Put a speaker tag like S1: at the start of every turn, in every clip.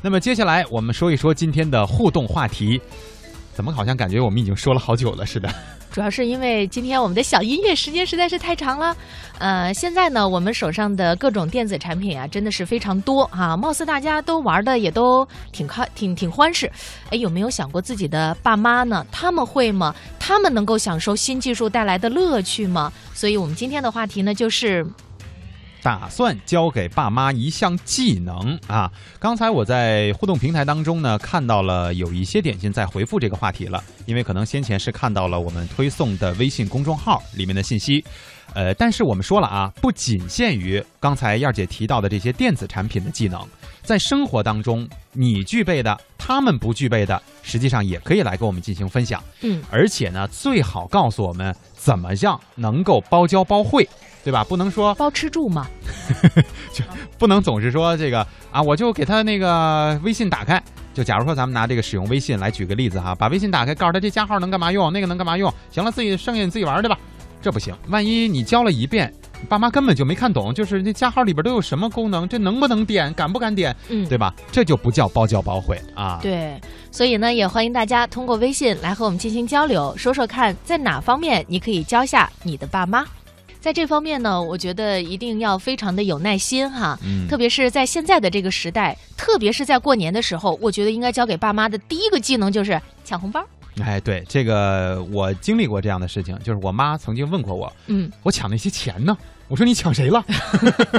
S1: 那么接下来我们说一说今天的互动话题，怎么好像感觉我们已经说了好久了似的？
S2: 主要是因为今天我们的小音乐时间实在是太长了，呃，现在呢，我们手上的各种电子产品啊，真的是非常多啊，貌似大家都玩的也都挺开，挺挺欢实。哎，有没有想过自己的爸妈呢？他们会吗？他们能够享受新技术带来的乐趣吗？所以我们今天的话题呢，就是
S1: 打算教给爸妈一项技能啊！刚才我在互动平台当中呢，看到了有一些点心在回复这个话题了，因为可能先前是看到了我们推送的微信公众号里面的信息，呃，但是我们说了啊，不仅限于刚才燕儿姐提到的这些电子产品的技能，在生活当中你具备的，他们不具备的，实际上也可以来跟我们进行分享。
S2: 嗯，
S1: 而且呢，最好告诉我们怎么样能够包教包会，对吧？不能说
S2: 包吃住嘛。
S1: 不能总是说这个啊，我就给他那个微信打开。就假如说咱们拿这个使用微信来举个例子哈，把微信打开，告诉他这加号能干嘛用，那个能干嘛用。行了，自己剩下你自己玩儿去吧。这不行，万一你教了一遍，爸妈根本就没看懂，就是那加号里边都有什么功能，这能不能点，敢不敢点，
S2: 嗯，
S1: 对吧？这就不叫包教包会啊。
S2: 对，所以呢，也欢迎大家通过微信来和我们进行交流，说说看在哪方面你可以教下你的爸妈。在这方面呢，我觉得一定要非常的有耐心哈，
S1: 嗯
S2: 特别是在现在的这个时代，特别是在过年的时候，我觉得应该教给爸妈的第一个技能就是抢红包。
S1: 哎，对，这个我经历过这样的事情，就是我妈曾经问过我，
S2: 嗯，
S1: 我抢那些钱呢？我说你抢谁了？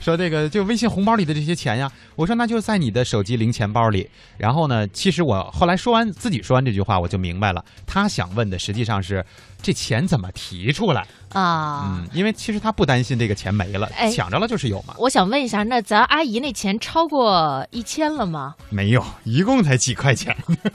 S1: 说这个就微信红包里的这些钱呀。我说那就在你的手机零钱包里。然后呢，其实我后来说完自己说完这句话，我就明白了，他想问的实际上是这钱怎么提出来？
S2: 啊。
S1: 嗯，因为其实他不担心这个钱没了
S2: 哎，
S1: 抢着了就是有嘛。
S2: 我想问一下，那咱阿姨那钱超过一千了吗？
S1: 没有，一共才几块钱，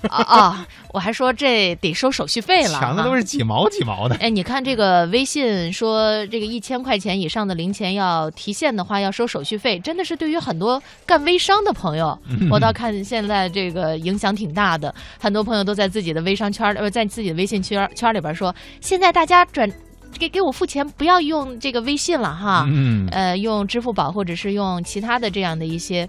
S2: 啊啊！我还说这得收手续费了， 啊
S1: 抢的
S2: 哈
S1: 都是几毛几毛的。
S2: 哎，你看这个微信说这个一千块钱以上的零钱要提现的话，要收手续费，真的是对于很多干微商的朋友，
S1: 嗯
S2: 我倒看现在这个影响挺大的。很多朋友都在自己的微商圈儿，呃，在自己的微信圈儿圈儿里边说，现在大家转给给我付钱，不要用这个微信了哈。
S1: 嗯，
S2: 呃，用支付宝或者是用其他的这样的一些，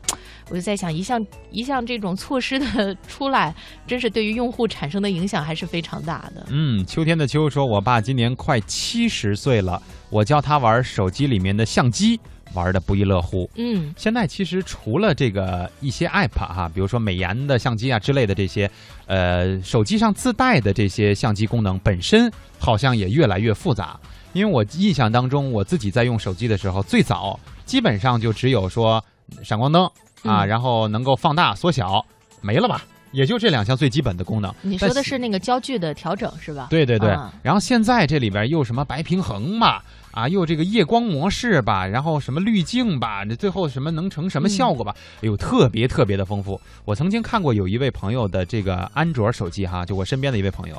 S2: 我就在想，一项一项这种措施的 出来，真是对于用户产生的影响还是非常大的。
S1: 嗯，秋天的秋说，我爸今年快七十岁了，我教他玩手机里面的相机，玩的不亦乐乎。
S2: 嗯
S1: 现在其实除了这个一些 app 哈、比如说美颜的相机啊之类的这些，呃，手机上自带的这些相机功能本身好像也越来越复杂。因为我印象当中，我自己在用手机的时候，最早基本上就只有说闪光灯啊，
S2: 嗯
S1: 然后能够放大、缩小，没了吧，也就这两项最基本的功能。
S2: 你
S1: 但
S2: 说的是那个焦距的调整是吧？
S1: 对对对，
S2: 啊
S1: 然后现在这里边又什么白平衡吧，啊，又这个夜光模式吧，然后什么滤镜吧，这最后什么能成什么效果吧，哎呦，特别特别的丰富。我曾经看过有一位朋友的这个安卓手机哈，就我身边的一位朋友。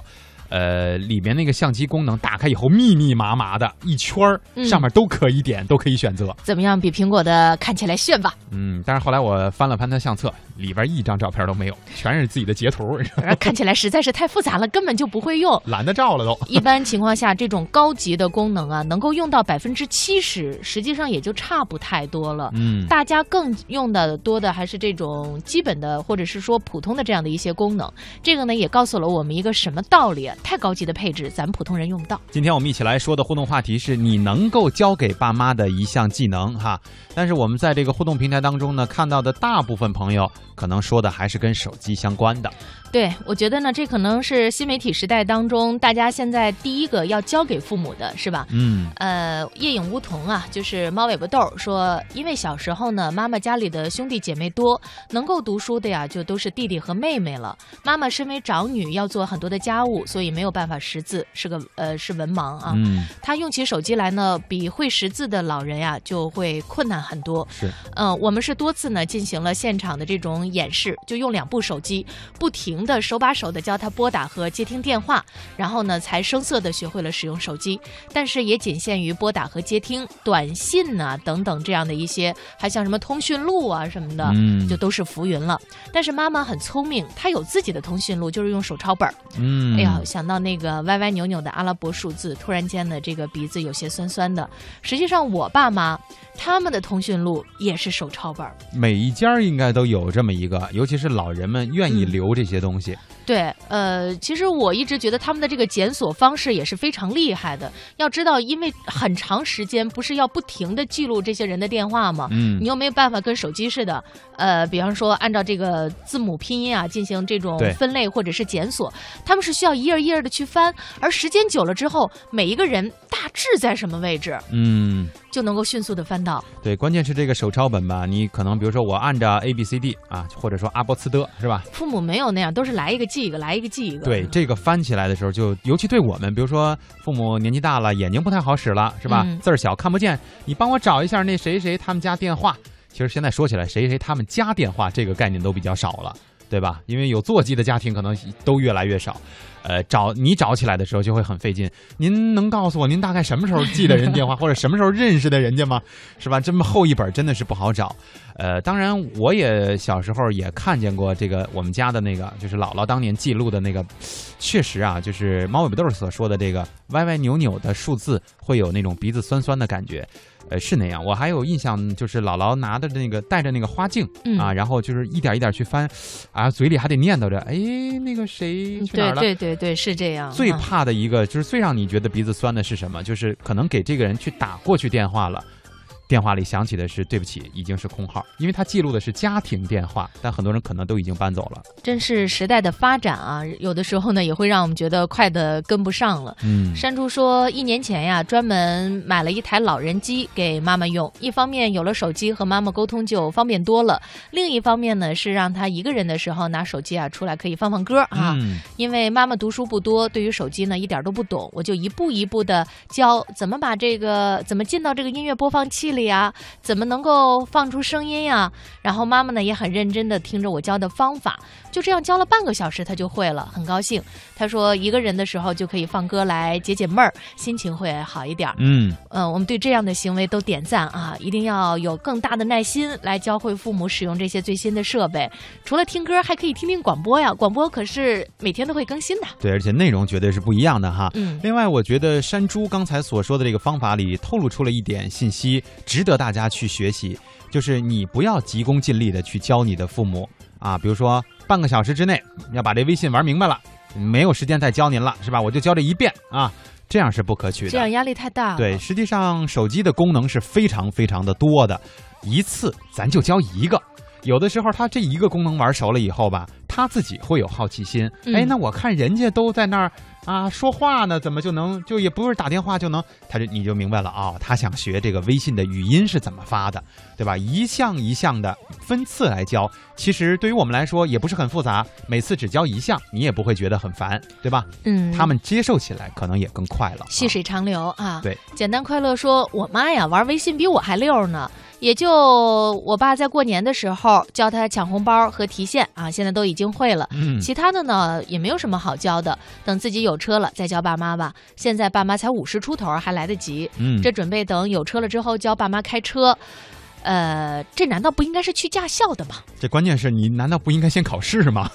S1: 呃，里面那个相机功能打开以后，密密麻麻的一圈儿，
S2: 嗯
S1: 上面都可以点，都可以选择。
S2: 怎么样？比苹果的看起来炫吧？
S1: 嗯，但是后来我翻了翻他相册，里边一张照片都没有，全是自己的截图，
S2: 呃看起来实在是太复杂了，根本就不会用。
S1: 懒得照了都。
S2: 一般情况下，这种高级的功能啊，能够用到百分之七十，实际上也就差不太多了。
S1: 嗯，
S2: 大家更用的多的还是这种基本的，或者是说普通的这样的一些功能。这个呢，也告诉了我们一个什么道理啊？太高级的配置，咱们普通人用不到。
S1: 今天我们一起来说的互动话题是你能够教给爸妈的一项技能哈，但是我们在这个互动平台当中呢，看到的大部分朋友可能说的还是跟手机相关的。
S2: 对，我觉得呢，这可能是新媒体时代当中，大家现在第一个要教给父母的是吧？
S1: 嗯
S2: 呃，夜影梧桐啊，就是猫尾巴豆儿说，因为小时候呢，妈妈家里的兄弟姐妹多，能够读书的呀，就都是弟弟和妹妹了。妈妈身为长女，要做很多的家务，所以没有办法识字，是个呃是文盲啊。
S1: 嗯，
S2: 他用起手机来呢，比会识字的老人呀就会困难很多。
S1: 是，
S2: 嗯，我们是多次呢进行了现场的这种演示，就用两部手机不停的手把手的教他拨打和接听电话，然后呢才生涩的学会了使用手机，但是也仅限于拨打和接听、短信呐、等等这样的一些，还像什么通讯录啊什么的。
S1: 嗯
S2: 就都是浮云了，但是妈妈很聪明，她有自己的通讯录，就是用手抄本儿。
S1: 嗯
S2: 哎呀，想想到那个歪歪扭扭的阿拉伯数字，突然间的这个鼻子有些酸酸的。实际上，我爸妈他们的通讯录也是手抄本儿。
S1: 每一家儿应该都有这么一个，尤其是老人们愿意
S2: 嗯
S1: 留这些东西。
S2: 对，呃，其实我一直觉得他们的这个检索方式也是非常厉害的。要知道，因为很长时间不是要不停的记录这些人的电话吗？
S1: 嗯
S2: 你，又没有办法跟手机似的，呃，比方说按照这个字母拼音啊进行这种
S1: 对
S2: 分类或者是检索，他们是需要一页儿一页的去翻，而时间久了之后，每一个人大致在什么位置
S1: 嗯，
S2: 就能够迅速的翻到。
S1: 对，关键是这个手抄本吧，你可能比如说我按着 A B C D 啊，或者说阿波茨德是吧？
S2: 父母没有那样，都是来一个记一个，来一个记一个。嗯
S1: 对，这个翻起来的时候就，尤其对我们，比如说父母年纪大了，眼睛不太好使了，是吧？
S2: 嗯
S1: 字儿小看不见，你帮我找一下那谁谁他们家电话。其实现在说起来，谁谁他们家电话这个概念都比较少了。对吧？因为有座机的家庭可能都越来越少，呃，找你找起来的时候就会很费劲。您能告诉我您大概什么时候记得人 电话，或者什么时候认识的人家吗？是吧？这么厚一本真的是不好找。呃，当然我也小时候也看见过这个我们家的那个，就是姥姥当年记录的那个，确实啊，就是猫尾巴豆所说的这个歪歪扭扭的数字，会有那种鼻子酸酸的感觉。呃，是那样。我还有印象，就是姥姥拿的那个戴着那个花镜、
S2: 嗯
S1: 啊，然后就是一点一点去翻，啊，嘴里还得念叨着，哎，那个谁
S2: 嗯，
S1: 去哪儿
S2: 对
S1: 了？
S2: 对对对，是这样。
S1: 最
S2: 嗯
S1: 怕的一个就是最让你觉得鼻子酸的是什么？就是可能给这个人去打过去电话了，电话里响起的是对不起，已经是空号，因为他记录的是家庭电话，但很多人可能都已经搬走了。
S2: 真是时代的发展啊，有的时候呢也会让我们觉得快的跟不上了。
S1: 嗯
S2: 山竹说，一年前呀，专门买了一台老人机给妈妈用。一方面有了手机和妈妈沟通就方便多了，另一方面呢是让她一个人的时候拿手机啊出来可以放放歌啊。
S1: 嗯
S2: 因为妈妈读书不多，对于手机呢一点都不懂，我就一步一步的教怎么把这个怎么进到这个音乐播放器里啊，怎么能够放出声音呀、然后妈妈呢也很认真的听着我教的方法，就这样教了半个小时，她就会了，很高兴。她说一个人的时候就可以放歌来解解闷儿，心情会好一点儿。
S1: 嗯，
S2: 嗯，我们对这样的行为都点赞啊！一定要有更大的耐心来教会父母使用这些最新的设备。除了听歌，还可以听听广播呀，广播可是每天都会更新的。
S1: 对，而且内容绝对是不一样的哈。
S2: 嗯，
S1: 另外，我觉得山猪刚才所说的这个方法里透露出了一点信息，值得大家去学习，就是你不要急功近利的去教你的父母啊，比如说半个小时之内要把这微信玩明白了，没有时间再教您了，是吧？我就教这一遍啊，这样是不可取
S2: 这
S1: 的。
S2: 样压力太大了。
S1: 对，，实际上手机的功能是非常非常的多的，一次咱就教一个。有的时候，他这一个功能玩熟了以后吧，他自己会有好奇心。
S2: 嗯
S1: 哎，那我看人家都在那儿啊说话呢，怎么就能就也不是打电话就能，他就你就明白了啊、他想学这个微信的语音是怎么发的，对吧？一项一项的分次来教，其实对于我们来说也不是很复杂，每次只教一项，你也不会觉得很烦，对吧？
S2: 嗯，
S1: 他们接受起来可能也更快了啊。
S2: 细水长流啊。
S1: 对，
S2: 简单快乐说，我妈呀，玩微信比我还溜呢。也就我爸在过年的时候教她抢红包和提现啊，现在都已经会了。
S1: 嗯，
S2: 其他的呢也没有什么好教的，等自己有车了再教爸妈吧。现在爸妈才五十出头，还来得及。
S1: 嗯
S2: 这准备等有车了之后教爸妈开车，呃，这难道不应该是去驾校的吗？
S1: 这关键是你难道不应该先考试吗？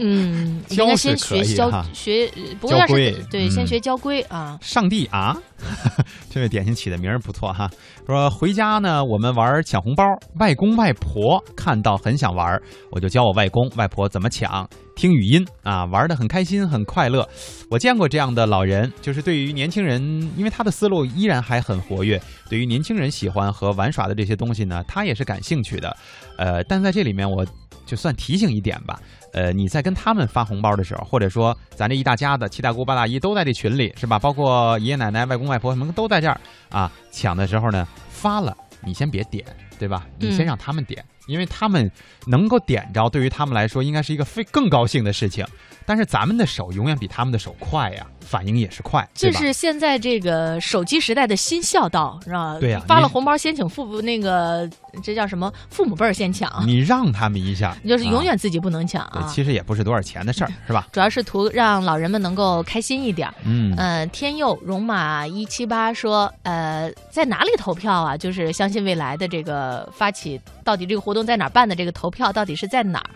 S2: 嗯，
S1: 教
S2: 应该
S1: 是
S2: 先
S1: 可
S2: 学
S1: 以
S2: 教
S1: 哈
S2: 学， 不过要
S1: 交规
S2: 是对，先
S1: 嗯
S2: 学交规啊。
S1: 上帝啊， 这位点心起的名儿不错哈。说回家呢，我们玩抢红包，外公外婆看到很想玩儿，我就教我外公外婆怎么抢，听语音啊，玩的很开心很快乐。我见过这样的老人，就是对于年轻人，因为他的思路依然还很活跃，对于年轻人喜欢和玩耍的这些东西呢，他也是感兴趣的。呃，但在这里面我就算提醒一点吧。呃，你在跟他们发红包的时候，或者说咱这一大家子七大姑八大姨都在这群里是吧？包括爷爷奶奶、外公外婆什么都在这儿啊。抢的时候呢，发了你先别点，对吧？你先
S2: 嗯
S1: 让他们点，因为他们能够点着，对于他们来说应该是一个非更高兴的事情。但是咱们的手永远比他们的手快呀，反应也是快，
S2: 这
S1: 对吧
S2: 是现在这个手机时代的新孝道，是吧？
S1: 对呀
S2: 发了
S1: 你
S2: 红包先请父母那个，这叫什么？父母辈儿先抢，
S1: 你让他们一下，
S2: 啊就是永
S1: 啊
S2: 远嗯自己不能抢
S1: 对，
S2: 啊。
S1: 其实也不是多少钱的事儿，是吧？
S2: 主要是图让老人们能够开心一点儿。
S1: 嗯，
S2: 呃，天佑戎马一七八说，呃，在哪里投票啊？就是相信未来的这个发起，到底这个活动在哪儿办的？这个投票到底是在哪儿？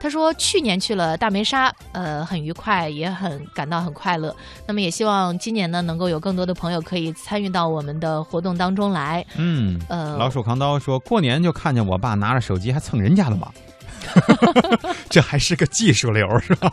S2: 他说去年去了大梅沙，呃，很愉快，也很感到很快乐。那么也希望今年呢，能够有更多的朋友可以参与到我们的活动当中来。
S1: 嗯，
S2: 呃，
S1: 老鼠扛刀说，过年就看见我爸拿着手机还蹭人家的 网，这还是个技术流是 吧？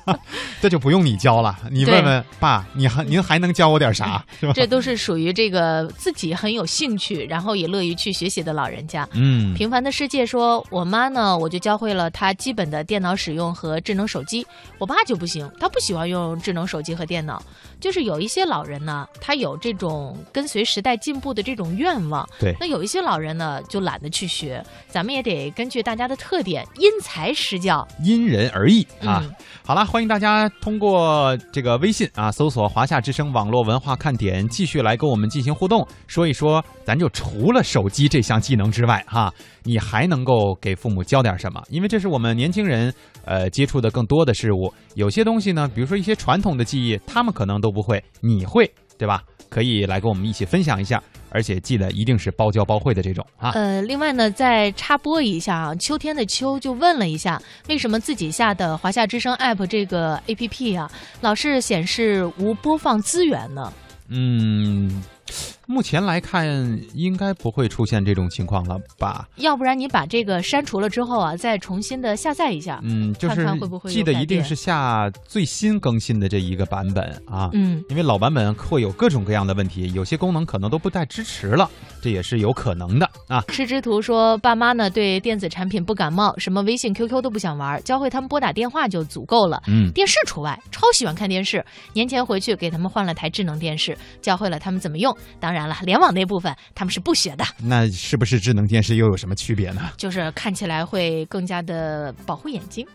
S1: 这就不用你教了，你
S2: 对嗯
S1: 问问爸，你还您还能教我点啥是吧？
S2: 这都是属于这个自己很有兴趣，然后也乐于去学习的老人家。
S1: 嗯，
S2: 平凡的世界说，我妈呢，我就教会了她基本的电脑使用和智能手机。我爸就不行，他不喜欢用智能手机和电脑。就是有一些老人呢，他有这种跟随时代进步的这种愿望。
S1: 对
S2: 那有一些老人呢，就懒得去学。咱们也得根据大家的特点，因材施教。
S1: 因人而异啊。
S2: 嗯
S1: 好啦，欢迎大家通过这个微信啊，搜索“华夏之声网络文化看点”，继续来跟我们进行互动，说一说咱就除了手机这项技能之外，哈、你还能够给父母教点什么？因为这是我们年轻人呃接触的更多的事物，有些东西呢，比如说一些传统的技艺，他们可能都不会，你会，对吧？可以来跟我们一起分享一下，而且记得一定是包教包会的这种啊。
S2: 呃，另外呢，再插播一下啊，秋天的秋就问了一下，为什么自己下的华夏之声 app 这个 app 啊，老是显示无播放资源呢？
S1: 嗯，目前来看，应该不会出现这种情况了吧？
S2: 要不然你把这个删除了之后啊，再重新的下载一下。
S1: 嗯，就
S2: 看
S1: 是
S2: 看会不会
S1: 记
S2: 有
S1: 得
S2: 改
S1: 一定
S2: 变
S1: 是下最新更新的这一个版本啊，
S2: 嗯，
S1: 因为老版本会有各种各样的问题，有些功能可能都不再支持了，这也是有可能的啊。
S2: 吃之徒说，爸妈呢对电子产品不感冒，什么微信、QQ 都不想玩，教会他们拨打电话就足够了。
S1: 嗯，
S2: 电视除外，超喜欢看电视。年前回去给他们换了台智能电视，教会了他们怎么用。当然了，联网那部分他们是不学的，
S1: 那是不是智能电视又有什么区别呢？
S2: 就是看起来会更加的保护眼睛。